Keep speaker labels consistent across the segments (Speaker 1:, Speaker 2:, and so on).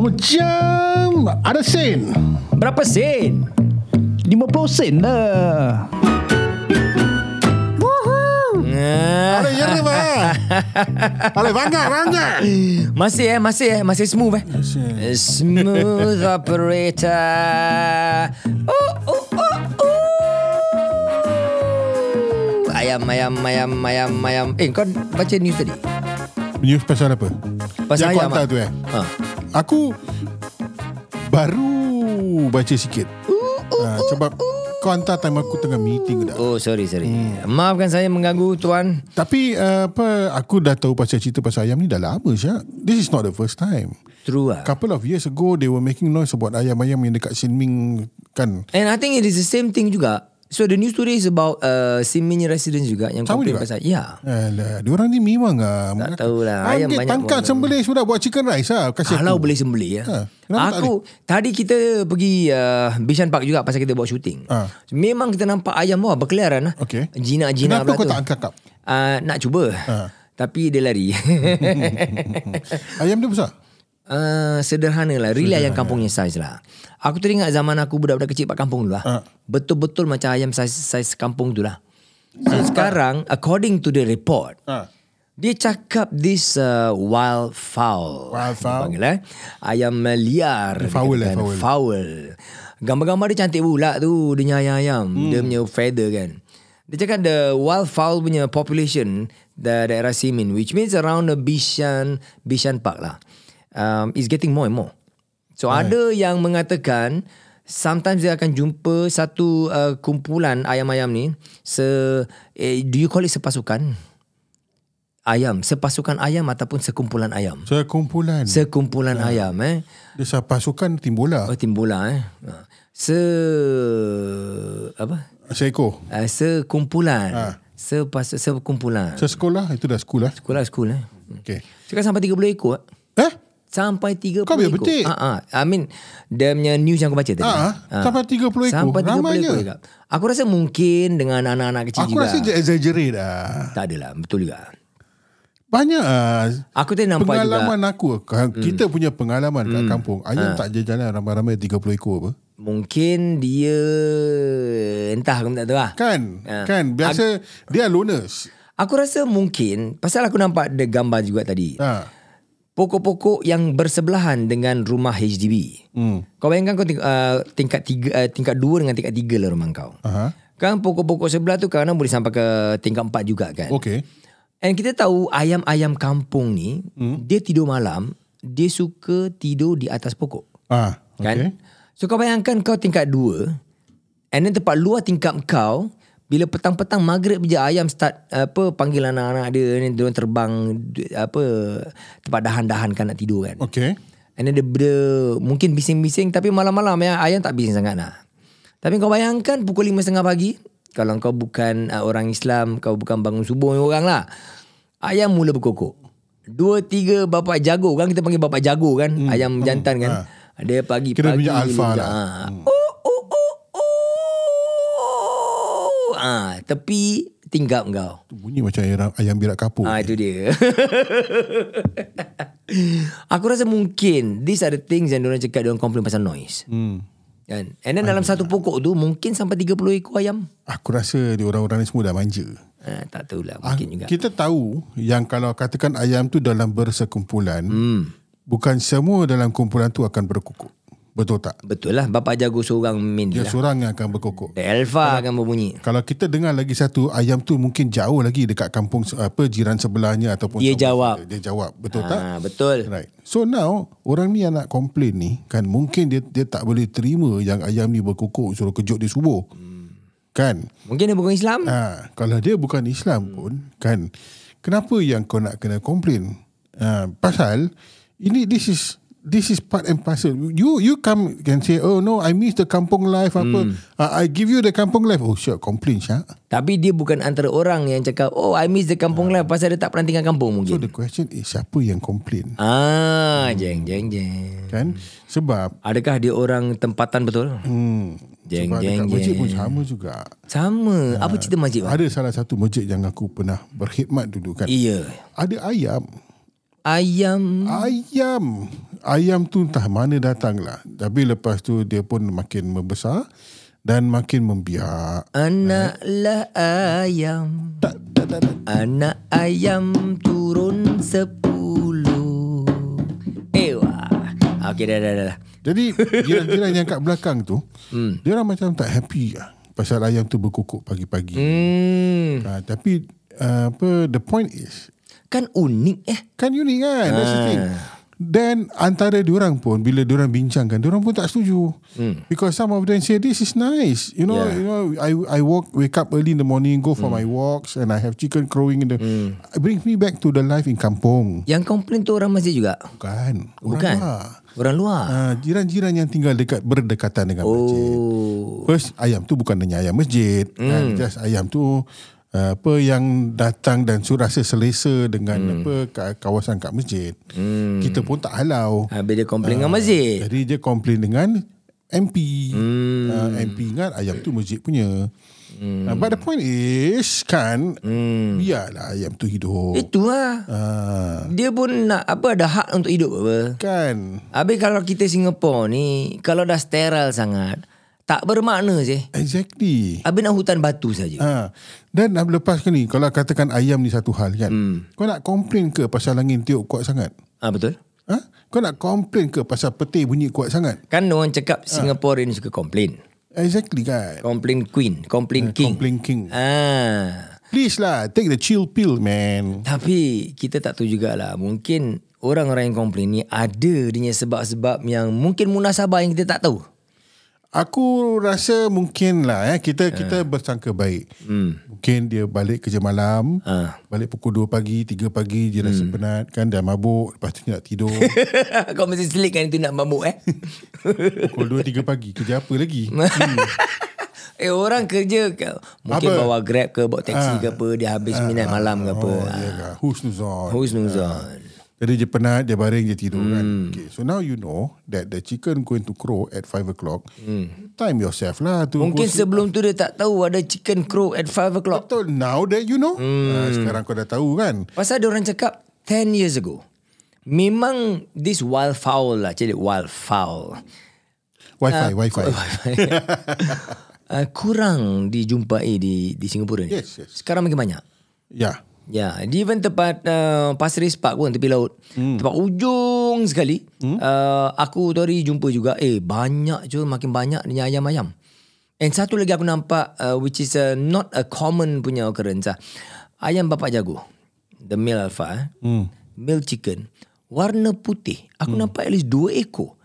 Speaker 1: macam ada sen.
Speaker 2: Berapa sen? 50 sen lah.
Speaker 3: Ah,
Speaker 1: Ada yang ni mah. Ada banyak banyak.
Speaker 3: Masih eh, masih eh, masih smooth eh. Smooth operator. Oh, oh, oh, oh. Ayam, ayam, ayam, ayam, ayam. Eh, kau baca news tadi?
Speaker 1: News pasal apa?
Speaker 3: Pasal
Speaker 1: yang Yang
Speaker 3: ayam.
Speaker 1: hantar
Speaker 3: ah?
Speaker 1: tu eh.
Speaker 3: Ha.
Speaker 1: Aku baru baca sikit.
Speaker 3: Uh,
Speaker 1: Ah, sebab kau hantar time aku tengah meeting dah.
Speaker 3: Oh, sorry, sorry. Maafkan saya mengganggu tuan.
Speaker 1: Tapi ah, apa aku dah tahu pasal cerita pasal ayam ni dah lama Syak. This is not the first time.
Speaker 3: True lah.
Speaker 1: Couple of years ago they were making noise about ayam-ayam yang dekat Sin Ming kan.
Speaker 3: And I think it is the same thing juga. So the news today is about uh, Siminya residents juga yang
Speaker 1: Sama
Speaker 3: komplain
Speaker 1: juga?
Speaker 3: pasal. Ya.
Speaker 1: Alah, diorang ni memang ah. mengaku-
Speaker 3: tahulah, ayam
Speaker 1: Ambil
Speaker 3: banyak
Speaker 1: tangkap
Speaker 3: buat-
Speaker 1: sembelih sudah buat chicken rice ah. Kasih
Speaker 3: Kalau
Speaker 1: aku.
Speaker 3: boleh sembelih ya.
Speaker 1: Ha, kenapa tak
Speaker 3: Aku tadi kita pergi uh, Bishan Park juga pasal kita buat syuting.
Speaker 1: Ha.
Speaker 3: Memang kita nampak ayam wah berkeliaran lah.
Speaker 1: Okey.
Speaker 3: Jinak-jinak
Speaker 1: Kenapa kau
Speaker 3: pula tu.
Speaker 1: tak Ha. tangkap?
Speaker 3: Uh, nak cuba. Tapi dia lari.
Speaker 1: Ayam dia besar.
Speaker 3: Uh, sederhana lah Real ayam kampungnya size lah Aku teringat zaman aku Budak-budak kecil kat kampung dulu lah
Speaker 1: Ah.
Speaker 3: Betul-betul macam ayam size, size kampung tu lah So sekarang According to the report
Speaker 1: Ha.
Speaker 3: Dia cakap this uh, wild fowl.
Speaker 1: Wild fowl.
Speaker 3: Dia panggil, eh? Ayam uh, liar. dia
Speaker 1: Fowl lah, fowl.
Speaker 3: katakan. Fowl. Gambar-gambar dia cantik pula tu. Dia punya ayam-ayam. Dia punya feather kan. Dia cakap the wild fowl punya population the daerah Simin which means around the Bishan Bishan Park lah. Um, is getting more and more. So ada yang mengatakan sometimes dia akan jumpa satu uh, kumpulan ayam-ayam ni se eh, do you call it sepasukan? ayam, sepasukan ayam ataupun sekumpulan
Speaker 1: Hmm.
Speaker 3: ayam.
Speaker 1: Sekumpulan. Se-
Speaker 3: Sekumpulan ayam eh.
Speaker 1: dia lah. pasukan tim bola.
Speaker 3: Oh, tim bola eh. Ha. Se apa?
Speaker 1: Seekor.
Speaker 3: Uh, sekumpulan. Ha. Sepas sekumpulan.
Speaker 1: Sesekolah itu dah sekolah.
Speaker 3: Sekolah sekolah eh.
Speaker 1: Okey.
Speaker 3: Sekarang sampai 30 ekor. eh.
Speaker 1: Eh?
Speaker 3: Sampai 30
Speaker 1: Kau ambil
Speaker 3: ekor.
Speaker 1: betik?
Speaker 3: Ha, ha. I mean, dia punya news yang aku baca tadi. Ha.
Speaker 1: Ah, sampai 30 ekor.
Speaker 3: Sampai 30
Speaker 1: Ramai
Speaker 3: ekor
Speaker 1: je.
Speaker 3: juga. Aku rasa mungkin dengan anak-anak
Speaker 1: Aku
Speaker 3: kecil juga.
Speaker 1: rasa dia exaggerate lah.
Speaker 3: Tak adalah, betul juga.
Speaker 1: Banyak ah.
Speaker 3: Aku tadi nampak juga. Hmm.
Speaker 1: Pengalaman aku. ka- Kita punya pengalaman kat kampung.
Speaker 3: Ha.
Speaker 1: Ayam tak je jalan ramai-ramai 30 ekor apa.
Speaker 3: Mungkin dia Entah aku tak tahu lah
Speaker 1: Kan? Kan? Biasa dia loners.
Speaker 3: Aku rasa mungkin Pasal aku nampak ada gambar juga tadi
Speaker 1: Ha.
Speaker 3: Pokok-pokok yang bersebelahan Dengan rumah HDB
Speaker 1: Hmm.
Speaker 3: Kau bayangkan kau ting- uh, tingkat tiga, uh, tingkat dua dengan tingkat tiga lah rumah kau
Speaker 1: Aha.
Speaker 3: Kan pokok-pokok sebelah tu Kadang-kadang boleh sampai ke tingkat empat juga kan
Speaker 1: Okey.
Speaker 3: And kita tahu ayam-ayam kampung ni
Speaker 1: Hmm.
Speaker 3: Dia tidur malam Dia suka tidur di atas pokok
Speaker 1: Ah,
Speaker 3: Kan? Okay.
Speaker 1: okey.
Speaker 3: So kau bayangkan kau tingkat dua, And then tempat luar tingkat kau bila petang-petang maghrib je ayam start apa panggil anak-anak dia ni dia orang terbang du- apa tempat dahan-dahan kan nak tidur kan.
Speaker 1: Okey.
Speaker 3: And then dia, dia mungkin bising-bising tapi malam-malam ya ayam tak bising sangat lah. Tapi kau bayangkan pukul 5.30 pagi kalau kau bukan uh, orang Islam, kau bukan bangun subuh ni orang lah. Ayam mula berkokok. Dua, tiga bapak jago kan. Kita panggil bapak jago kan. Hmm. Ayam jantan kan. Dia pagi-pagi.
Speaker 1: Kira punya alpha
Speaker 3: dia-
Speaker 1: lah.
Speaker 3: Ah. Oh, oh, oh, oh. Ah, tepi tinggap kau.
Speaker 1: Bunyi macam ayam, ayam birak kapur.
Speaker 3: Ah itu dia. aku rasa mungkin these are the things yang diorang cakap diorang complain pasal noise.
Speaker 1: Hmm.
Speaker 3: Kan? And then dalam satu pokok tu mungkin sampai 30 ekor ayam.
Speaker 1: Aku rasa dia orang-orang ni semua dah manja.
Speaker 3: Ah, tak tahulah mungkin juga.
Speaker 1: Kita tahu yang kalau katakan ayam tu dalam bersekumpulan,
Speaker 3: Hmm.
Speaker 1: bukan semua dalam kumpulan tu akan berkokok. Betul tak?
Speaker 3: Betul lah Bapak jago seorang main
Speaker 1: Dia
Speaker 3: dia. lah.
Speaker 1: seorang yang akan berkokok.
Speaker 3: The
Speaker 1: Ah.
Speaker 3: Alpha akan berbunyi.
Speaker 1: Kalau kita dengar lagi satu ayam tu mungkin jauh lagi dekat kampung se- apa jiran sebelahnya ataupun
Speaker 3: Dia
Speaker 1: sama-
Speaker 3: jawab.
Speaker 1: Dia jawab, betul Oh, tak?
Speaker 3: Ah, betul.
Speaker 1: Right. So now orang ni yang nak complain ni kan mungkin dia dia tak boleh terima yang ayam ni berkokok suruh kejut dia subuh.
Speaker 3: Hmm.
Speaker 1: Kan?
Speaker 3: Mungkin dia bukan Islam.
Speaker 1: Ha, kalau dia bukan Islam pun kan kenapa yang kau nak kena complain? Ha, pasal ini this is this is part and parcel. You you come can say oh no I miss the kampung life apa. Ah, I give you the kampung life. Oh sure complain syak.
Speaker 3: Tapi dia bukan antara orang yang cakap, oh I miss the kampung
Speaker 1: Ah.
Speaker 3: life pasal dia tak pernah tinggal kampung
Speaker 1: So
Speaker 3: mungkin.
Speaker 1: the question is siapa yang complain?
Speaker 3: ah,
Speaker 1: Hmm.
Speaker 3: jeng, jeng, jeng.
Speaker 1: Kan? Sebab
Speaker 3: Adakah dia orang tempatan betul?
Speaker 1: hmm,
Speaker 3: Jeng,
Speaker 1: sebab
Speaker 3: jeng,
Speaker 1: dekat masjid Ah.
Speaker 3: jeng.
Speaker 1: pun sama juga.
Speaker 3: Sama. Apa cerita masjid? Bang?
Speaker 1: Ada salah satu masjid yang aku pernah berkhidmat dulu kan.
Speaker 3: Iya.
Speaker 1: Ada ayam
Speaker 3: Ayam
Speaker 1: Ayam ayam tu entah mana datang lah. Tapi lepas tu dia pun makin membesar dan makin membiak.
Speaker 3: Anaklah lah ayam Anak ayam turun sepuluh Ewa Okay Eh, dah dah dah dah.
Speaker 1: Jadi jiran-jiran yang kat belakang tu, hmm. dia orang macam tak happy lah pasal ayam tu berkukuk pagi-pagi.
Speaker 3: Hmm
Speaker 1: Hmm. tapi uh, apa the point is
Speaker 3: Kan unik eh
Speaker 1: Kan unik kan That's the thing
Speaker 3: Ah.
Speaker 1: Then antara diorang pun Bila diorang bincangkan Diorang pun tak setuju mm. Because some of them say This is nice You know
Speaker 3: Hmm. Yeah. Hmm.
Speaker 1: you know I I walk Wake up early in the morning Go for mm. my walks And I have chicken crowing in the mm. Brings me back to the life in kampung
Speaker 3: Yang komplain tu orang masjid juga
Speaker 1: Bukan Orang
Speaker 3: Bukan
Speaker 1: luar.
Speaker 3: Orang luar
Speaker 1: Ah, Jiran-jiran yang tinggal dekat Berdekatan dengan masjid
Speaker 3: Oh
Speaker 1: First ayam tu bukan hanya ayam masjid mm. kan? Just ayam tu uh, Apa yang datang dan su- rasa selesa Dengan apa ka- kawasan kat masjid mm. Kita pun tak halau
Speaker 3: Habis dia komplain dengan masjid
Speaker 1: Jadi dia komplain dengan MP mm. uh, MP ingat ayam tu masjid punya mm. uh, But the point is kan mm.
Speaker 3: Hmm.
Speaker 1: Biarlah ayam tu hidup
Speaker 3: Itu lah
Speaker 1: uh,
Speaker 3: Dia pun nak apa ada hak untuk hidup apa
Speaker 1: Kan
Speaker 3: Habis kalau kita Singapura ni Kalau dah sterile sangat Tak bermakna sih
Speaker 1: Exactly
Speaker 3: Habis nak hutan batu saja.
Speaker 1: Ha. Dan lepas ni Kalau katakan ayam ni satu hal kan hmm. Kau nak komplain ke Pasal angin tiup kuat sangat
Speaker 3: Ah betul.
Speaker 1: ha? Kau nak komplain ke Pasal peti bunyi kuat sangat
Speaker 3: Kan orang
Speaker 1: Ah.
Speaker 3: cakap Singaporean suka komplain.
Speaker 1: Exactly kan
Speaker 3: Complain queen, complain king. Ha.
Speaker 1: Complain king
Speaker 3: Ah.
Speaker 1: Please lah Take the chill pill man
Speaker 3: Tapi kita tak tahu jugalah. Mungkin orang-orang yang komplain ni ada dia punya sebab-sebab yang mungkin munasabah yang kita tak tahu.
Speaker 1: Aku rasa mungkin lah eh, Kita
Speaker 3: Ha.
Speaker 1: kita bersangka baik hmm. Mungkin dia balik kerja malam
Speaker 3: Ah.
Speaker 1: Balik pukul 2 pagi 3 pagi Dia
Speaker 3: Hmm.
Speaker 1: rasa penat kan Dah mabuk Lepas tu dia nak tidur
Speaker 3: Kau mesti selit kan itu nak mabuk eh.
Speaker 1: Pukul 2 3 pagi Kerja apa lagi
Speaker 3: eh orang kerja ke- mungkin
Speaker 1: Hmm. Apa? Ah.
Speaker 3: bawa Grab ke bawa taksi ke apa dia habis minat malam ke apa. Ah,
Speaker 1: Oh, ya ke? Husnuzon.
Speaker 3: Husnuzon.
Speaker 1: Jadi dia penat, dia baring, dia tidur kan.
Speaker 3: Hmm.
Speaker 1: Okay, so now you know that the chicken going to crow at 5 o'clock. Time yourself lah. To
Speaker 3: Hmm. Mungkin
Speaker 1: go
Speaker 3: sebelum tu dia tak tahu ada chicken crow at 5 o'clock.
Speaker 1: Betul, now that you know.
Speaker 3: Hmm.
Speaker 1: Ah, sekarang kau dah tahu kan.
Speaker 3: Pasal ada orang cakap 10 years ago. Memang this wildfowl lah. Jadi wildfowl. Ah.
Speaker 1: Wi-Fi, Wi-Fi.
Speaker 3: uh, kurang dijumpai di di Singapura ni.
Speaker 1: Yes, yes.
Speaker 3: Sekarang makin banyak.
Speaker 1: Ya.
Speaker 3: Ya, di even tempat uh, Pasir Ris Park pun tepi laut. Hmm. Tempat ujung sekali. Hmm. Uh, aku tu hari jumpa juga. Eh, banyak je makin banyak dia punya ayam-ayam. And satu lagi aku nampak uh, which is uh, not a common punya occurrence lah. Ayam bapak jago. The male alpha. Eh. Hmm. Male chicken. Warna putih. Aku hmm. nampak at least dua ekor.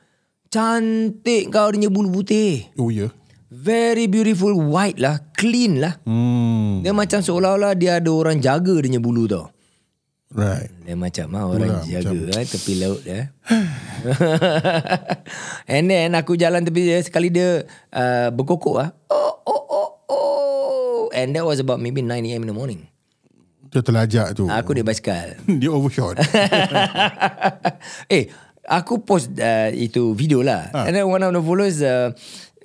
Speaker 3: Cantik kau dia punya bulu putih.
Speaker 1: Oh, ya. Yeah.
Speaker 3: Very beautiful white lah. Clean lah.
Speaker 1: Hmm,
Speaker 3: Dia macam seolah-olah dia ada orang jaga dia punya bulu tau.
Speaker 1: right.
Speaker 3: Dia macam ah, orang
Speaker 1: Itulah,
Speaker 3: jaga eh, tepi laut eh. And then aku jalan tepi dia sekali dia uh, berkokok ah. Oh oh oh oh. And that was about maybe 9 am in the morning.
Speaker 1: Dia terlajak tu.
Speaker 3: Aku naik basikal.
Speaker 1: dia overshot.
Speaker 3: eh, aku post uh, itu video lah. Ha. And then one of the followers uh,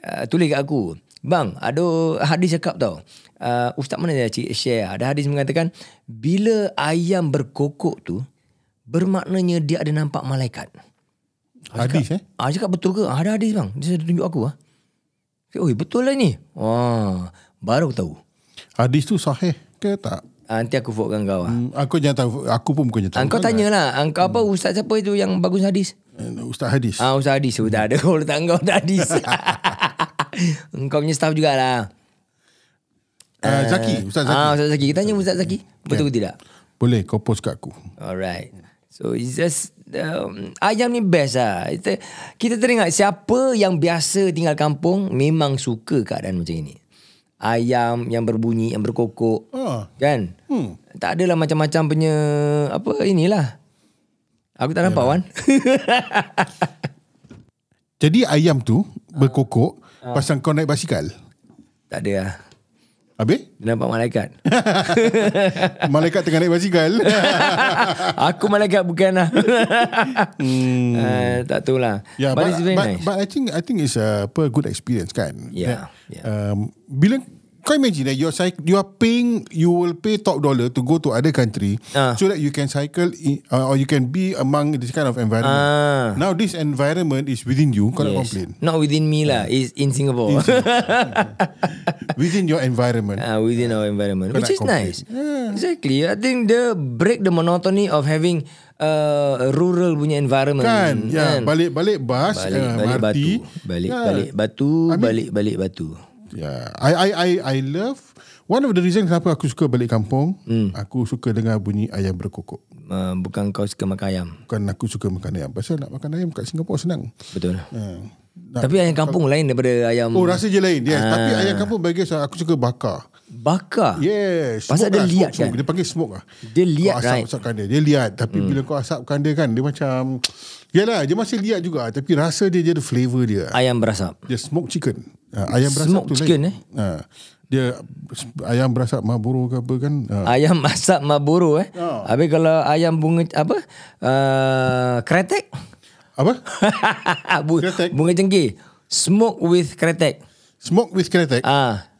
Speaker 3: uh, tulis kat aku. Bang, ada hadis cakap tau. Uh, Ustaz mana dia cik- share? Ada hadis mengatakan, bila ayam berkokok tu, bermaknanya dia ada nampak malaikat.
Speaker 1: Hadis eh.
Speaker 3: Ah, cakap betul ke? Ah, ada hadis bang. Dia tunjuk aku ah. Cakap, Oi, betul lah ni. Wah, baru aku tahu.
Speaker 1: Hadis tu sahih ke tak?
Speaker 3: Ah, nanti aku forward kau ah.
Speaker 1: Hmm, Aku jangan tahu. Aku pun bukannya tahu.
Speaker 3: Ah, kau tanyalah, ah, kau apa ustaz siapa itu yang bagus hadis?
Speaker 1: Eh, Ustaz Hadis.
Speaker 3: Ah, Ustaz Hadis Sudah ada Kalau tak engkau Ustaz Hadis Engkau punya staff jugalah
Speaker 1: Ah, Zaki. Ustaz Zaki.
Speaker 3: Ah, Ustaz Zaki Kita tanya Ustaz Zaki Betul ke tidak
Speaker 1: Boleh kau post kat aku.
Speaker 3: Alright So it's just um, Ayam ni best lah kita, kita teringat Siapa yang biasa tinggal kampung Memang suka keadaan macam ini Ayam yang berbunyi Yang berkokok
Speaker 1: Ah.
Speaker 3: Kan hmm. Tak adalah macam-macam punya Apa inilah Aku tak nampak Wan
Speaker 1: Jadi ayam tu
Speaker 3: Ah.
Speaker 1: berkokok pasang kau naik basikal.
Speaker 3: Tak ada lah
Speaker 1: Habis?
Speaker 3: Dia nampak malaikat
Speaker 1: Malaikat tengah naik basikal.
Speaker 3: Aku malaikat bukan lah hmm. uh, Tak tahulah
Speaker 1: yeah,
Speaker 3: But, but it's very
Speaker 1: Ya, but,
Speaker 3: nice Ya.
Speaker 1: but I think I think it's a apa, good experience kan.
Speaker 3: Yeah,
Speaker 1: Um, bila Can you imagine that you're cyc- you are paying you will pay top dollar to go to other country
Speaker 3: Ah.
Speaker 1: so that you can cycle in, uh, or you can be among this kind of environment.
Speaker 3: Ah.
Speaker 1: Now this environment is within you. Cannot
Speaker 3: Yes.
Speaker 1: complain.
Speaker 3: Not within me lah. It's in Singapore.
Speaker 1: Within your environment.
Speaker 3: Ah, within our environment,
Speaker 1: Kau nak
Speaker 3: which is
Speaker 1: complain.
Speaker 3: nice. Exactly. I think the break the monotony of having uh, a rural punya environment. Eh,
Speaker 1: Kan ya, Balik-balik bas
Speaker 3: Balik,
Speaker 1: uh,
Speaker 3: balik
Speaker 1: MRT.
Speaker 3: batu. Balik,
Speaker 1: Ya.
Speaker 3: balik batu.
Speaker 1: I mean-
Speaker 3: balik, balik batu.
Speaker 1: Yeah. I I I I love one of the reason kenapa aku suka balik kampung,
Speaker 3: Hmm.
Speaker 1: aku suka dengar bunyi ayam berkokok.
Speaker 3: Uh, bukan kau suka makan ayam.
Speaker 1: Bukan aku suka makan ayam. Pasal nak makan ayam kat Singapura senang.
Speaker 3: Betul.
Speaker 1: Uh,
Speaker 3: Tapi ayam kampung lain daripada ayam
Speaker 1: oh rasa je lain. Yes. Tapi
Speaker 3: Ah.
Speaker 1: ayam kampung bagi saya aku suka bakar.
Speaker 3: bakar.
Speaker 1: Yes.
Speaker 3: Pasal
Speaker 1: smoke lah,
Speaker 3: dia liat
Speaker 1: smoke,
Speaker 3: kan?
Speaker 1: Smoke. Dia panggil smoke lah.
Speaker 3: Dia
Speaker 1: Ya. kau
Speaker 3: liat,
Speaker 1: asap,
Speaker 3: right? Hmm.
Speaker 1: asapkan dia. Dia liat. Tapi bila kau asapkan dia kan, dia macam... Yalah, dia masih liat juga. Tapi rasa dia, dia ada flavour dia.
Speaker 3: Ayam berasap.
Speaker 1: Dia smoke chicken. Ah, ayam berasap
Speaker 3: Smoked
Speaker 1: tu
Speaker 3: chicken,
Speaker 1: lain.
Speaker 3: eh?
Speaker 1: Ah, dia ayam berasap Marlboro ke apa kan. Ah,
Speaker 3: Ayam asap Marlboro eh. Oh. Habis kalau ayam bunga apa? Uh, kretek.
Speaker 1: apa?
Speaker 3: Bu-
Speaker 1: Kretek.
Speaker 3: Bunga cengkih. Smoke with kretek.
Speaker 1: Smoke with kretek.
Speaker 3: Ah,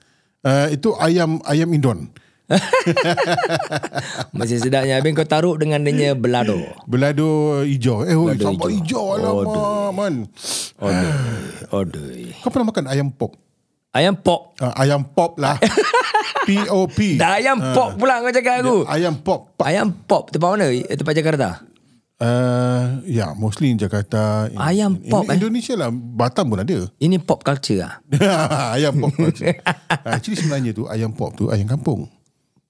Speaker 1: Ah, itu ayam ayam indon.
Speaker 3: masih sedapnya. Habis kau taruh dengan dia punya belado.
Speaker 1: Belado hijau. Eh, oi,
Speaker 3: Belado
Speaker 1: sambal hijau.
Speaker 3: hijau.
Speaker 1: Alamak, man.
Speaker 3: Odoi. Odoi.
Speaker 1: Kau pernah makan ayam pop?
Speaker 3: Ayam pok.
Speaker 1: Ah, ayam pop lah. P-O-P.
Speaker 3: Dah ayam pop pula kau cakap aku.
Speaker 1: Ayam pop.
Speaker 3: Ayam pop tempat mana? Eh, Tempat Jakarta.
Speaker 1: Uh, ya, yeah, mostly in Jakarta. In,
Speaker 3: Ayam
Speaker 1: in,
Speaker 3: pop,
Speaker 1: in
Speaker 3: eh?
Speaker 1: Indonesia lah. Batam pun ada.
Speaker 3: Ini pop culture ah.
Speaker 1: ayam pop. culture. Actually sebenarnya tu ayam pop tu ayam kampung.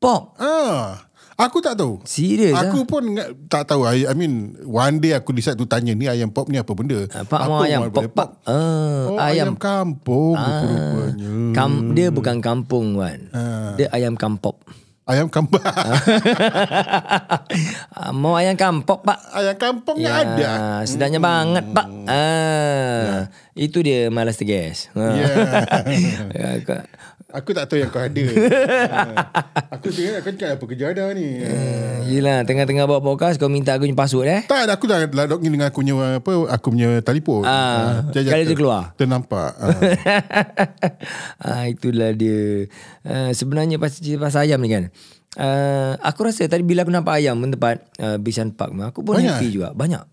Speaker 3: Pop.
Speaker 1: Ah, aku tak tahu.
Speaker 3: Serius ah.
Speaker 1: Aku pun nga- tak tahu. I, I mean, one day aku decide tu tanya ni ayam pop ni apa benda.
Speaker 3: Ah, Pak mau
Speaker 1: Apa
Speaker 3: ayam
Speaker 1: orang boleh
Speaker 3: pop pak. Ah,
Speaker 1: Oh, ayam,
Speaker 3: ayam
Speaker 1: kampung ah. rupanya. Ha.
Speaker 3: Kam, dia bukan kampung Wan. Dia ayam kampop.
Speaker 1: Ayam kampung.
Speaker 3: Ah, Mau ayam kampop pak.
Speaker 1: ayam kampung ya. ada. Hmm.
Speaker 3: Ah, sedapnya banget pak. Ah, itu dia malas tergas.
Speaker 1: Ya.
Speaker 3: Ha. Ya,
Speaker 1: Aku tak tahu yang kau ada. Ah, aku tengok kau cakap apa kerja ada ni. Ah.
Speaker 3: Yelah tengah-tengah bawa podcast kau minta aku punya password eh.
Speaker 1: Tak, aku dah ladok ni dengan aku punya apa, aku punya telefon.
Speaker 3: Ah,
Speaker 1: jap, jap,
Speaker 3: sekali dia
Speaker 1: ter-
Speaker 3: keluar.
Speaker 1: Ternampak. Ah.
Speaker 3: ah, itulah dia. Uh, sebenarnya pasal cerita pasal ayam ni kan. Uh, aku rasa tadi bila aku nampak ayam pun tempat uh, Bishan Park tu, aku pun
Speaker 1: Banyak eh?
Speaker 3: banyak. happy juga. Banyak.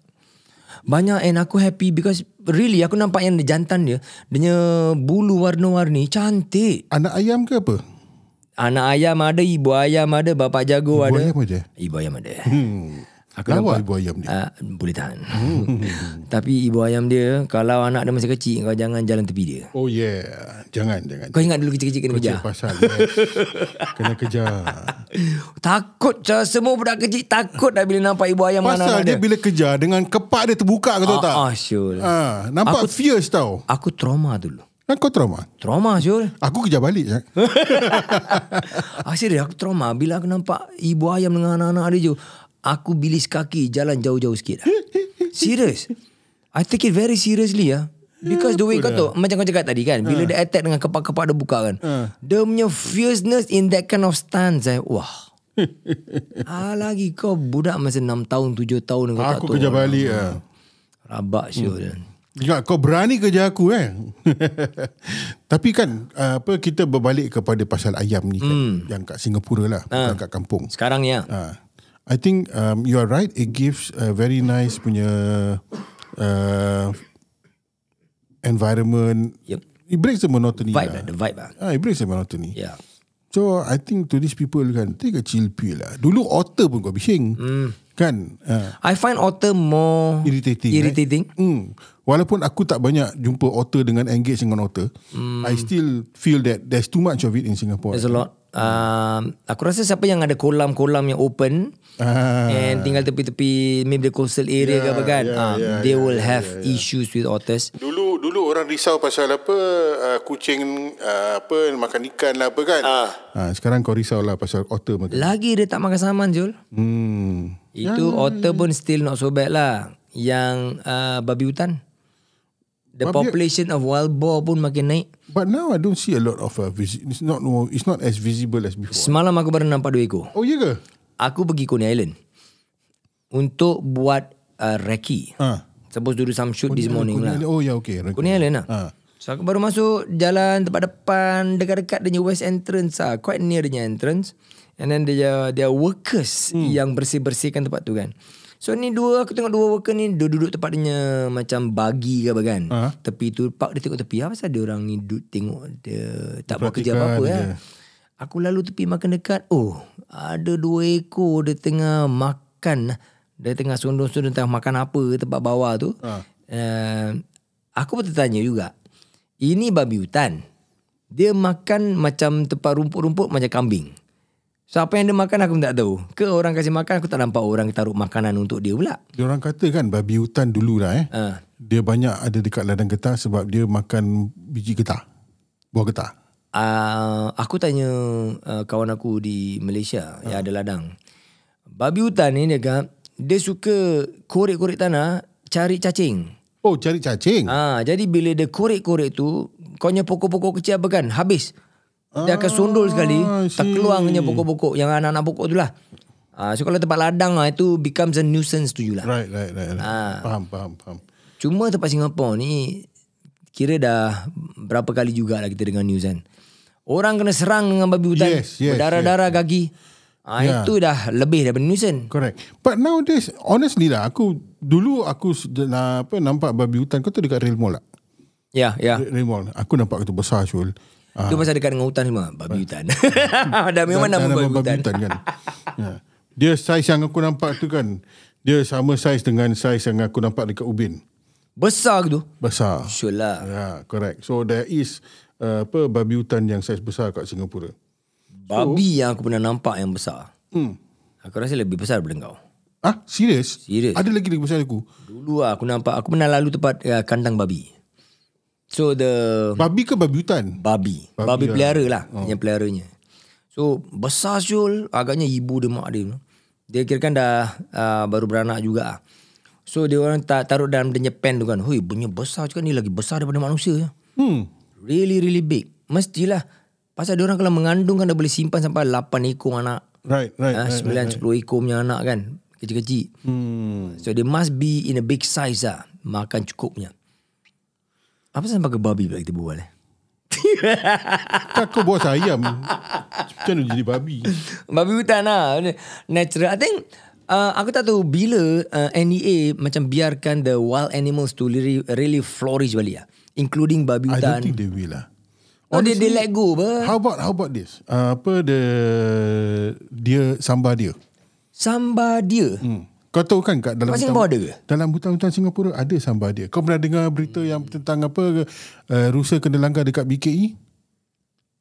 Speaker 3: Banyak and aku happy because really aku nampak yang jantan dia. Dia punya bulu warna-warni cantik.
Speaker 1: Anak ayam ke apa?
Speaker 3: Anak ayam ada, ibu ayam ada, bapa jago
Speaker 1: Ibu
Speaker 3: ada.
Speaker 1: ayam ada?
Speaker 3: Ibu ayam ada.
Speaker 1: Hmm.
Speaker 3: Aku
Speaker 1: Lawa
Speaker 3: nampak
Speaker 1: ibu ayam ni.
Speaker 3: Uh, boleh tahan.
Speaker 1: Hmm.
Speaker 3: Tapi ibu ayam dia kalau anak dia masih kecil kau jangan jalan tepi dia.
Speaker 1: Oh yeah. Jangan, jangan.
Speaker 3: Kau ingat dulu kecil-kecil kena kejar.
Speaker 1: Cik pasal. Yes. Kena kejar.
Speaker 3: Takut je. semua budak kecil takut dah bila nampak ibu ayam
Speaker 1: Pasal
Speaker 3: mana-mana
Speaker 1: dia bila kejar dengan kepak dia terbuka kau tahu
Speaker 3: Ah,
Speaker 1: tak?
Speaker 3: ah, Syul.
Speaker 1: Ah, nampak fierce tau.
Speaker 3: Aku trauma dulu.
Speaker 1: Kan kau trauma.
Speaker 3: Trauma Syul.
Speaker 1: Aku kejar balik. Jack.
Speaker 3: ah, serius aku trauma bila aku nampak ibu ayam dengan anak-anak dia je. Aku bilis kaki jalan jauh-jauh sikit. serius. I take it very seriously ya. Because the way kau tu Macam kau cakap tadi
Speaker 1: Ah.
Speaker 3: kan Bila dia attack dengan kepak-kepak dia buka kan Dia punya fierceness in that kind of stance eh. Wah ah, Lagi kau budak masa 6 tahun 7 tahun kau tak
Speaker 1: aku
Speaker 3: tahu
Speaker 1: kejar balik. Ah.
Speaker 3: Rabak Syul hmm.
Speaker 1: Ya, kau berani kerja aku eh. Tapi kan ah, apa kita berbalik kepada pasal ayam ni kan yang kat Singapura lah, bukan kat kampung.
Speaker 3: Sekarang ni lah
Speaker 1: Ah, I think um, you are right. It gives a very nice punya uh, environment.
Speaker 3: Yep.
Speaker 1: It breaks the monotony.
Speaker 3: ya, Vibe lah
Speaker 1: lah.
Speaker 3: The vibe lah Ya.
Speaker 1: Ah, it breaks the monotony.
Speaker 3: Yeah
Speaker 1: So I think to these people kan, take a chill pill lah. Dulu otter pun kau bising. Kan? Ah,
Speaker 3: I find otter more
Speaker 1: irritating.
Speaker 3: Irritating
Speaker 1: Right? Mm. Walaupun aku tak banyak jumpa otter dengan engage dengan otter, I still feel that there's too much of it in Singapore.
Speaker 3: There's a lot um, Aku rasa siapa yang ada kolam-kolam yang open
Speaker 1: Ah.
Speaker 3: And tinggal tepi-tepi Maybe the coastal area yeah, ke apa kan
Speaker 1: yeah,
Speaker 3: yeah,
Speaker 1: yeah,
Speaker 3: They will have issues with otters
Speaker 1: Dulu dulu orang risau pasal apa uh, kucing uh, apa makan ikan lah apa kan. Ah. sekarang kau risau lah pasal otter makan.
Speaker 3: Lagi dia tak makan saman Jul
Speaker 1: Hmm.
Speaker 3: Itu otter pun still not so bad lah Yang uh, babi hutan The
Speaker 1: Babi-
Speaker 3: population of wild boar pun makin naik
Speaker 1: But now I don't see a lot of uh, visi- it's not no, it's not as visible as before.
Speaker 3: Semalam aku baru nampak dua ekor
Speaker 1: Oh ya ke?
Speaker 3: Aku pergi Coney Island Untuk buat uh, reki
Speaker 1: Ha.
Speaker 3: Suppose to do some shoot this morning
Speaker 1: Coney
Speaker 3: lah
Speaker 1: Island. Oh ya yeah, okay.
Speaker 3: Coney Island lah
Speaker 1: Ha.
Speaker 3: So aku baru masuk jalan tempat depan dekat-dekat dia punya west entrance ah, quite near dia punya entrance. And then dia dia workers hmm. yang bersih-bersihkan tempat tu kan. So ni dua aku tengok dua worker ni dia duduk tempat dia punya macam bagi ke apa kan.
Speaker 1: Ah.
Speaker 3: Tepi tu park dia tengok tepi. Apa pasal dia orang ni duduk tengok dia tak buat kerja apa-apa
Speaker 1: Perhatikan
Speaker 3: ya.
Speaker 1: je.
Speaker 3: Aku lalu tepi makan dekat. Oh, ada dua ekor dia tengah makan. Dia tengah sondong-sondong tengah makan apa tempat bawah tu.
Speaker 1: Ha.
Speaker 3: Uh, aku pun tertanya juga. Ini babi hutan. Dia makan macam tempat rumput-rumput macam kambing. So apa yang dia makan aku pun tak tahu. Ke orang kasih makan aku tak nampak orang taruh makanan untuk dia pula.
Speaker 1: Diorang kata kan babi hutan dulu lah eh.
Speaker 3: Ah.
Speaker 1: Dia banyak ada dekat ladang getah sebab dia makan biji getah. Buah getah.
Speaker 3: Uh, aku tanya uh, kawan aku di Malaysia yang ada ladang. Babi hutan ni dia kata dia suka korek-korek tanah cari cacing.
Speaker 1: Oh cari cacing.
Speaker 3: Ah, jadi bila dia korek-korek tu, kau punya pokok-pokok kecil apa kan? Habis. Dia akan sundul sekali,
Speaker 1: Ah, I see.
Speaker 3: terkeluarnya pokok-pokok yang anak-anak pokok tu lah. Ah, so kalau tempat ladang lah, itu becomes a nuisance tu julah.
Speaker 1: Right, right, right. right.
Speaker 3: Ah.
Speaker 1: Faham, faham, faham.
Speaker 3: Cuma tempat Singapura ni, kira dah berapa kali jugalah kita dengar news kan. Orang kena serang dengan babi hutan.
Speaker 1: Yes, yes, Ya.
Speaker 3: berdarah-darah kaki. Ah,
Speaker 1: Yeah.
Speaker 3: Itu dah lebih daripada nuisance.
Speaker 1: Correct. But nowadays, honestly lah, aku dulu aku s- na- apa nampak babi hutan. Kau tu dekat Rail Mall tak?
Speaker 3: Ya, ya.
Speaker 1: Ra- Rail Mall. Aku nampak itu besar, Syul. Ah,
Speaker 3: Itu pasal dekat dengan hutan semua. Babi hutan. dah memang
Speaker 1: dan-
Speaker 3: nama
Speaker 1: dan
Speaker 3: babi hutan.
Speaker 1: kan. ya. Dia saiz yang aku nampak tu kan, dia sama saiz dengan saiz yang aku nampak dekat Ubin.
Speaker 3: Besar tu.
Speaker 1: Besar.
Speaker 3: Sure lah.
Speaker 1: Ya, correct. So there is uh, apa babi hutan yang saiz besar kat Singapura.
Speaker 3: Babi yang aku pernah nampak yang besar. Hmm. Aku rasa lebih besar daripada kau.
Speaker 1: Ah, serius?
Speaker 3: Serious.
Speaker 1: Ada lagi lagi besar aku.
Speaker 3: Dulu lah aku nampak, aku pernah lalu tempat uh, kandang babi. So the
Speaker 1: Babi ke babi hutan?
Speaker 3: babi. Babi, babi
Speaker 1: lah.
Speaker 3: pelihara lah oh. yang peliharanya. So besar Syul, agaknya ibu demak dia. Dia kira kan dah uh, baru beranak juga lah. So dia orang ta- taruh dalam dia punya pen tu kan. Hui punya besar cakap ni lagi besar daripada manusia.
Speaker 1: Hmm.
Speaker 3: Really really big. Mestilah. Pasal dia orang kalau mengandung kan dah boleh simpan sampai 8 ekor anak.
Speaker 1: Right, right.
Speaker 3: Ah,
Speaker 1: right.
Speaker 3: sembilan sepuluh ekor punya anak kan kecil-kecil. Hmm. So they must be in a big size lah. Makan cukupnya. Apa sebab pakai babi pula kita berbual eh?
Speaker 1: Kan kau buat ayam. Macam mana jadi babi?
Speaker 3: Babi hutan lah. Natural. I think Uh, aku tak tahu bila uh, NEA macam biarkan the wild animals to really, really flourish balik lah. Including babi
Speaker 1: I don't
Speaker 3: hutan.
Speaker 1: think they will lah.
Speaker 3: Oh, dia, dia let go apa?
Speaker 1: How about how about this? Uh, apa the dia sambar dia?
Speaker 3: Sambar dia.
Speaker 1: Hmm. Kau tahu kan kat dalam
Speaker 3: Kat Singapura ada ke?
Speaker 1: dalam hutan-hutan Singapura ada sambar dia. Kau pernah dengar berita yang tentang apa uh, rusa kena langgar dekat E? BKE?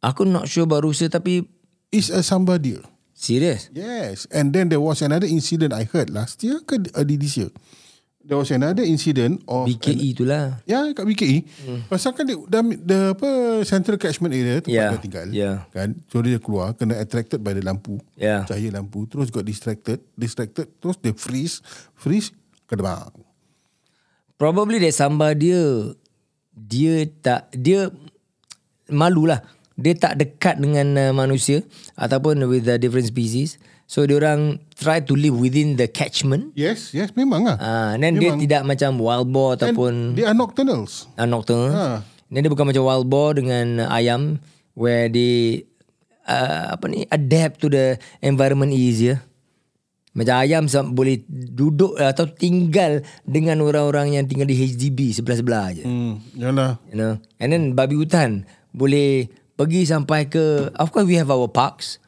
Speaker 3: Aku not sure about rusa tapi
Speaker 1: It's a sambar deer.
Speaker 3: serious.
Speaker 1: Yes, and then there was another incident I heard last year ke early this year. There was another incident of
Speaker 3: BKE tu lah.
Speaker 1: Ya kat BKE hmm. Pasal kan dia, dah, dah apa Central catchment area Tempat
Speaker 3: Ya,
Speaker 1: dia tinggal
Speaker 3: ya.
Speaker 1: kan? So dia keluar Kena attracted by the lampu
Speaker 3: Ya.
Speaker 1: Cahaya lampu Terus got distracted Distracted Terus dia freeze Freeze Kedebang
Speaker 3: Probably that sambar dia dia tak dia malulah. Dia tak dekat dengan uh, manusia ataupun with the different species. So dia orang try to live within the catchment.
Speaker 1: Yes yes memang lah
Speaker 3: Ah, uh, then dia tidak macam wild
Speaker 1: And
Speaker 3: boar ataupun
Speaker 1: They are nocturnals
Speaker 3: uh, nocturnal.
Speaker 1: Ha.
Speaker 3: Then dia bukan macam wild boar dengan uh, ayam where they uh, apa ni adapt to the environment easier. Macam ayam sam- boleh duduk atau tinggal dengan orang-orang yang tinggal di HDB sebelah-sebelah aje.
Speaker 1: hmm, Yalah
Speaker 3: You know. And then babi hutan boleh pergi sampai ke of course we have our parks.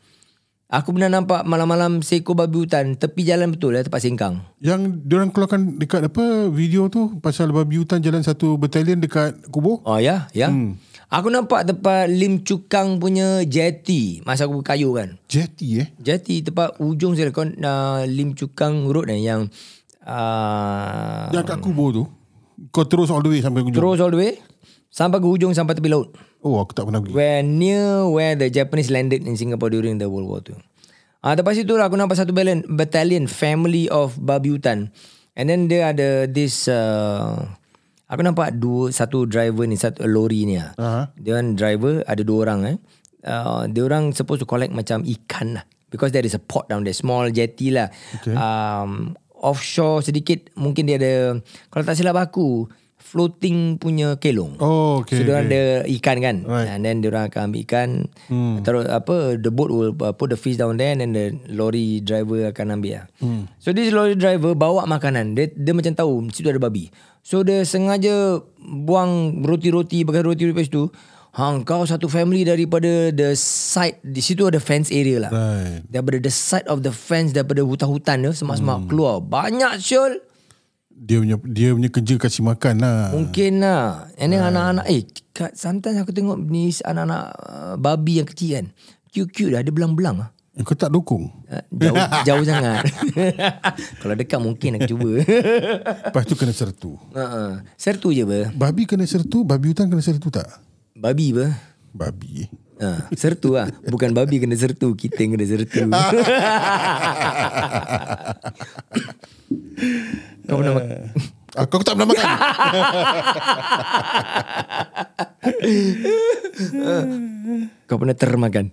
Speaker 3: Aku pernah nampak malam-malam seekor babi hutan tepi jalan betul lah tempat singkang.
Speaker 1: Yang diorang keluarkan Dekat apa Video tu Pasal babi hutan Jalan satu battalion Dekat kubur
Speaker 3: Oh ya, ya. Hmm. Aku nampak tempat Lim Cukang punya jetty masa aku kayu kan.
Speaker 1: Jetty eh
Speaker 3: Jetty tempat ujung saya kon uh, Lim Cukang Road eh yang uh,
Speaker 1: Yang kat kubur tu Kau terus all the way Sampai hujung
Speaker 3: terus all the way sampai ke hujung sampai tepi laut.
Speaker 1: Oh aku tak pernah pergi
Speaker 3: Where near where the Japanese landed in Singapore during the World War II. Ah, lepas itu lah aku nampak satu battalion, battalion family of babi hutan. And then dia ada this uh, aku nampak dua satu driver ni satu lori ni ah.
Speaker 1: Aha.
Speaker 3: Dia orang driver ada dua orang eh. Uh, dia orang supposed to collect macam ikan lah. Because there is a port down there. Small jetty lah. Okay. Um, offshore sedikit mungkin dia ada kalau tak silap aku floating punya kelong.
Speaker 1: Oh, okay,
Speaker 3: So diorang
Speaker 1: okay.
Speaker 3: ada ikan kan.
Speaker 1: Right.
Speaker 3: And then diorang akan ambil ikan. Hmm. Taruh apa the boat will uh, put the fish down there and then the lorry driver akan ambil. lah.
Speaker 1: Hmm.
Speaker 3: So this lorry driver bawa makanan. Dia dia macam tahu situ ada babi. So dia sengaja buang roti-roti bagai roti lepas tu. Hang kau satu family daripada the side di situ ada fence area lah.
Speaker 1: Right.
Speaker 3: Daripada the side of the fence daripada hutan-hutan tu semak-semak hmm. keluar. Banyak syul.
Speaker 1: Dia punya dia punya kerja kasih makan lah.
Speaker 3: Mungkin lah And then anak-anak Eh kat, Sometimes aku tengok ni Anak-anak uh, Babi yang kecil kan Cute-cute lah Dia belang-belang lah
Speaker 1: Eh, Kau tak dukung.
Speaker 3: Uh, jauh, jauh sangat Kalau dekat mungkin aku cuba
Speaker 1: Lepas tu kena sertu.
Speaker 3: uh-uh. Sertu je ber
Speaker 1: Babi kena sertu, babi hutan kena sertu tak?
Speaker 3: Babi ber
Speaker 1: Babi.
Speaker 3: uh, Sertu lah Bukan babi kena sertu Kita kena sertu Kau pernah makan
Speaker 1: Aku, aku Ah, tak pernah makan.
Speaker 3: Kau pernah termakan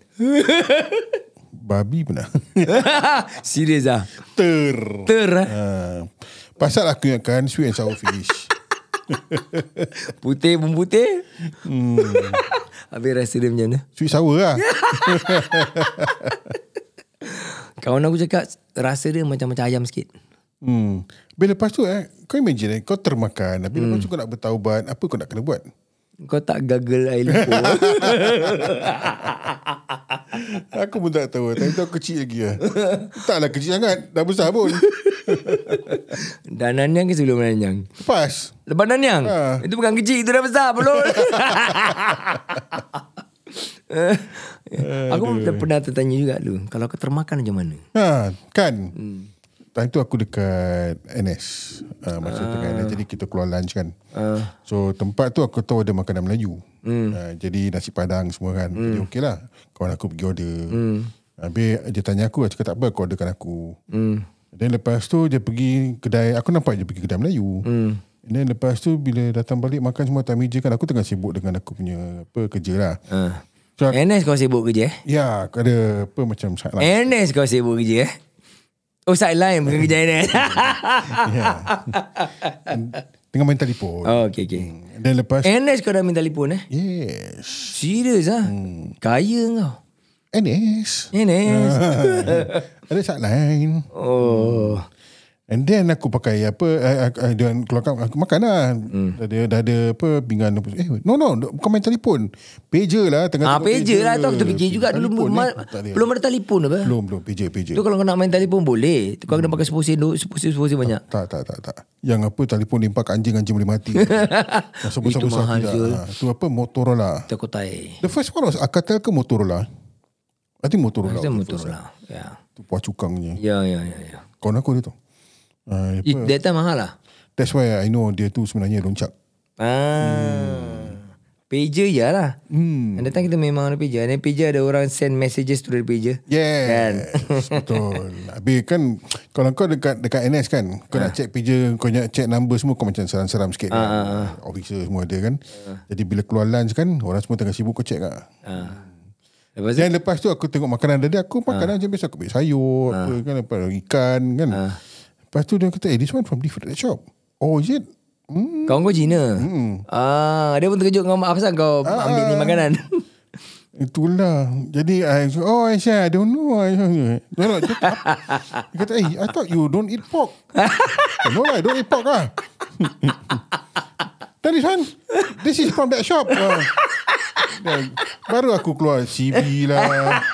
Speaker 1: babi pernah.
Speaker 3: Serius lah
Speaker 1: Ter.
Speaker 3: Ter lah
Speaker 1: Ah, pasal aku ingatkan sweet and sour fish.
Speaker 3: Putih pun putih hmm. Habis rasa dia macam mana
Speaker 1: Sweet sour lah.
Speaker 3: Ya. Kawan aku cakap Rasa dia macam-macam ayam sikit
Speaker 1: Hmm. Bila lepas tu eh, kau imagine eh, kau termakan. Tapi lepas tu
Speaker 3: Hmm.
Speaker 1: kau nak bertaubat, apa kau nak kena buat?
Speaker 3: Kau tak gagal air lipo
Speaker 1: Aku pun tak tahu. Tapi tu aku kecil lagi lah. Taklah kecil sangat. Dah besar pun.
Speaker 3: Dah nanyang ke sebelum nanyang
Speaker 1: Lepas.
Speaker 3: Lepas nanyang
Speaker 1: Ah.
Speaker 3: Itu bukan kecil Itu dah besar Belum Eh, Aku pun pernah tertanya juga dulu Kalau kau termakan macam mana
Speaker 1: Ha, kan? Hmm. Time tu aku dekat NS. Uh, masa uh. dekat NS. Jadi kita keluar lunch kan. Uh. So tempat tu aku tahu ada makanan Melayu. Hmm. Uh, jadi nasi padang semua kan. Hmm. Jadi okey lah. Kawan aku pergi order. Hmm. Habis dia tanya aku. Aku cakap tak apa kau orderkan aku. Hmm. Then lepas tu dia pergi kedai. Aku nampak dia pergi kedai Melayu. Hmm. And then lepas tu bila datang balik makan semua atas meja kan. Aku tengah sibuk dengan aku punya apa kerja lah. Uh. So, aku-
Speaker 3: NS kau sibuk kerja eh
Speaker 1: ya aku ada apa macam lah. sideline.
Speaker 3: NS kau sibuk kerja eh Oh sideline Bukan kerja NS
Speaker 1: Yeah. Tengah main telefon.
Speaker 3: Oh okay okay
Speaker 1: Dan lepas
Speaker 3: NS kau dah minta telefon eh
Speaker 1: Yes.
Speaker 3: Serius ah Kaya kau
Speaker 1: NS.
Speaker 3: NS
Speaker 1: Ha. Ada sat lain.
Speaker 3: Oh
Speaker 1: And then aku pakai apa eh, aku- eh, dia keluarkan aku makan lah.
Speaker 3: Hmm.
Speaker 1: Dah ada dah ada apa pinggan apa. Eh no no bukan main telefon. Pager lah tengah
Speaker 3: Ah,
Speaker 1: tengok
Speaker 3: pager lah tu aku terfikir juga dulu
Speaker 1: Telefon ni, ah,
Speaker 3: ma-
Speaker 1: tak ada.
Speaker 3: belum ada telefon apa.
Speaker 1: Belum belum pager pager.
Speaker 3: Tu kalau kau nak main telefon boleh. Tu kau kena pakai 10 sen duk, 10 sen 10 sen banyak.
Speaker 1: Tak tak tak tak. Yang apa telefon lempar kat anjing anjing boleh mati. Yang
Speaker 3: Itu
Speaker 1: besar-besar
Speaker 3: mahal,
Speaker 1: tidak.
Speaker 3: Zul.
Speaker 1: Ha, tu apa Motorola.
Speaker 3: Kita kotai.
Speaker 1: The first one was Alcatel ke Motorola? I think Motorola.
Speaker 3: Kita motor lah. Ya.
Speaker 1: Tu puas cukangnya.
Speaker 3: Ya ya ya ya.
Speaker 1: Kawan aku dia tu. Uh,
Speaker 3: It, that time mahal lah.
Speaker 1: that's why I know dia tu sebenarnya loncak.
Speaker 3: Ah.
Speaker 1: Hmm.
Speaker 3: Pager je lah. Hmm. Datang kita memang ada pager. Dan pager ada orang send messages tu dari pager.
Speaker 1: Yes. Kan? Betul. Habis kan kalau kau dekat dekat NS kan, kau nak check pager, kau nak check number semua kau macam seram-seram sikit. kan? Officer semua ada kan. Jadi bila keluar lunch kan, orang semua tengah sibuk kau check lah.
Speaker 3: Ah. Lepas tu
Speaker 1: Dan lepas tu aku tengok makanan dia, aku makanan macam biasa aku ambil sayur, apa kan, apa, ikan kan. Lepas tu dia kata, eh this one from different shop. Oh is it? Hmm.
Speaker 3: kawan kau Cina. Hmm. Ah, dia pun terkejut kau apa pasal kau
Speaker 1: Ah,
Speaker 3: ambil ni makanan.
Speaker 1: Itulah. Jadi I oh Aisyah, I don't know. I don't know. No, no, dia, dia kata, eh, I thought you don't eat pork. no lah, I don't eat pork lah. That is one. This is from that shop. Uh, dan baru aku keluar CB lah,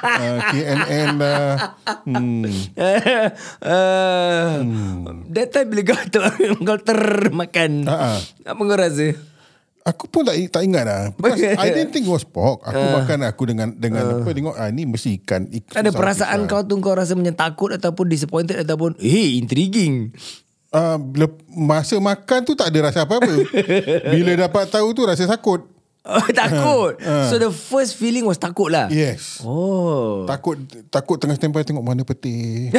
Speaker 1: uh, KNN lah. Hmm.
Speaker 3: uh, Eh, That time bila kau, ter, kau termakan
Speaker 1: Ah, ah.
Speaker 3: Apa kau rasa?
Speaker 1: Aku pun tak tak ingat lah. Because I didn't think it was pork. Aku makan aku dengan dengan apa tengok ah ni mesti ikan. ikan lah."
Speaker 3: Ah. Ada
Speaker 1: sama
Speaker 3: perasaan
Speaker 1: ikan.
Speaker 3: kau tu kau rasa macam takut ataupun disappointed ataupun Hey intriguing
Speaker 1: uh, bila masa makan tu tak ada rasa apa-apa. bila dapat tahu tu rasa takut.
Speaker 3: oh, Takut So the first feeling was takut lah
Speaker 1: Ha, Yes.
Speaker 3: Oh
Speaker 1: Takut takut tengah standby tengok mana peti.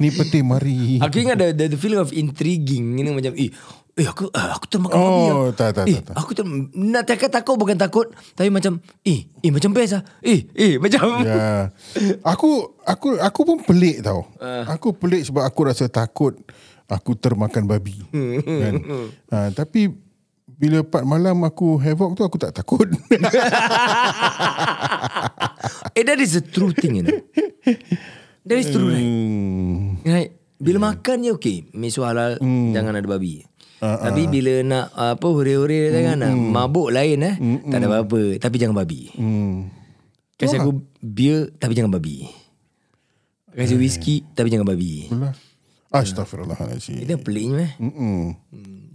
Speaker 1: Ni peti mari.
Speaker 3: Aku ingat the, the, the feeling of intriguing Ini macam Eh Eh aku eh, aku termakan
Speaker 1: Oh,
Speaker 3: babi lah.
Speaker 1: tak, tak, tak,
Speaker 3: eh,
Speaker 1: tak.
Speaker 3: Aku ter, nak cakap takut bukan takut Tapi macam Eh eh macam best lah Eh eh macam
Speaker 1: Ya. Aku aku aku pun pelik tau. Aku pelik sebab aku rasa takut aku termakan babi kan ha, tapi bila part malam aku havoc tu aku tak takut
Speaker 3: Eh, that is the true thing, you know. That is true, right?
Speaker 1: hmm.
Speaker 3: Right? Bila yeah. makan je okay Mesu halal Jangan ada babi
Speaker 1: Ah,
Speaker 3: uh, Tapi bila nak uh, Apa hore-hore mm, kan, nak Mabuk lain eh mm, Tak ada apa-apa Tapi jangan babi
Speaker 1: hmm.
Speaker 3: Kasih aku Beer Tapi jangan babi
Speaker 1: Eh.
Speaker 3: Kasih whisky Tapi jangan babi
Speaker 1: Itulah. Astaghfirullahaladzim
Speaker 3: Itu peliknya eh
Speaker 1: Mm-mm.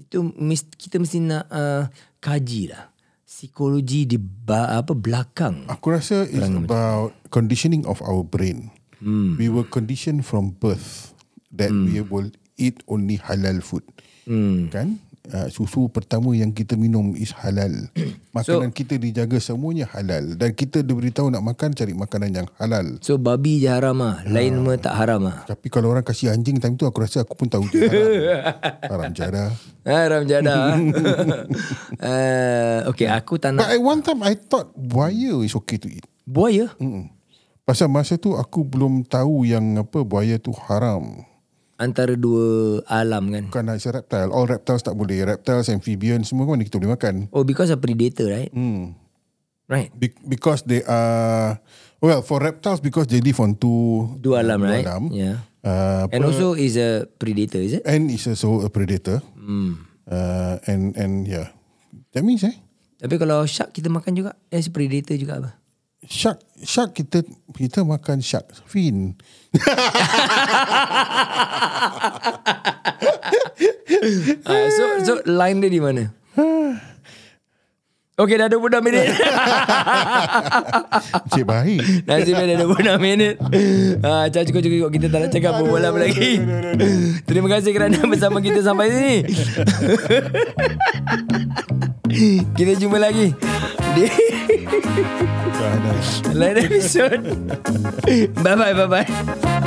Speaker 3: Itu mis, Kita mesti nak uh, Kaji lah Psikologi di ba, apa belakang
Speaker 1: Aku rasa it's about conditioning of our brain. Mm. We were conditioned from birth that mm. we will eat only halal food. Mm. Kan? Uh, susu pertama yang kita minum is halal. Makanan so, kita dijaga semuanya halal dan kita diberitahu nak makan cari makanan yang halal.
Speaker 3: So babi je haram
Speaker 1: Ah.
Speaker 3: lah Lain semua tak haram lah
Speaker 1: Tapi kalau orang kasih anjing time tu aku rasa aku pun tahu dia haram. haram lah. jara.
Speaker 3: Haram jadah uh, Okay aku tak nak
Speaker 1: But at one time I thought buaya is okay to eat.
Speaker 3: Buaya
Speaker 1: Mm-mm. Pasal masa tu aku belum tahu yang apa buaya tu haram.
Speaker 3: Antara dua alam kan
Speaker 1: Bukan nak reptile. All reptiles tak boleh. Reptiles, amphibian semua kan kita boleh makan.
Speaker 3: Oh because of predator right
Speaker 1: Hmm.
Speaker 3: Right
Speaker 1: Be- because they are well for reptiles because they live on two
Speaker 3: Dua alam
Speaker 1: dua
Speaker 3: right
Speaker 1: alam.
Speaker 3: Yeah
Speaker 1: Uh,
Speaker 3: And also is a predator is it
Speaker 1: and is also a predator. Hmm. Uh, and and yeah, that means eh
Speaker 3: Tapi kalau shark kita makan juga Yang si predator juga apa
Speaker 1: shark shark kita kita makan shark fin.
Speaker 3: uh, So so line dia di mana Okay dah 26 minit
Speaker 1: Cik baik.
Speaker 3: Nasib baik dah 26 minit ah, Macam cukup-cukup Kita tak nak cakap apa bola lagi Terima kasih kerana bersama kita sampai sini Kita jumpa lagi Di
Speaker 1: Dah, dah.
Speaker 3: lain episode Bye-bye Bye-bye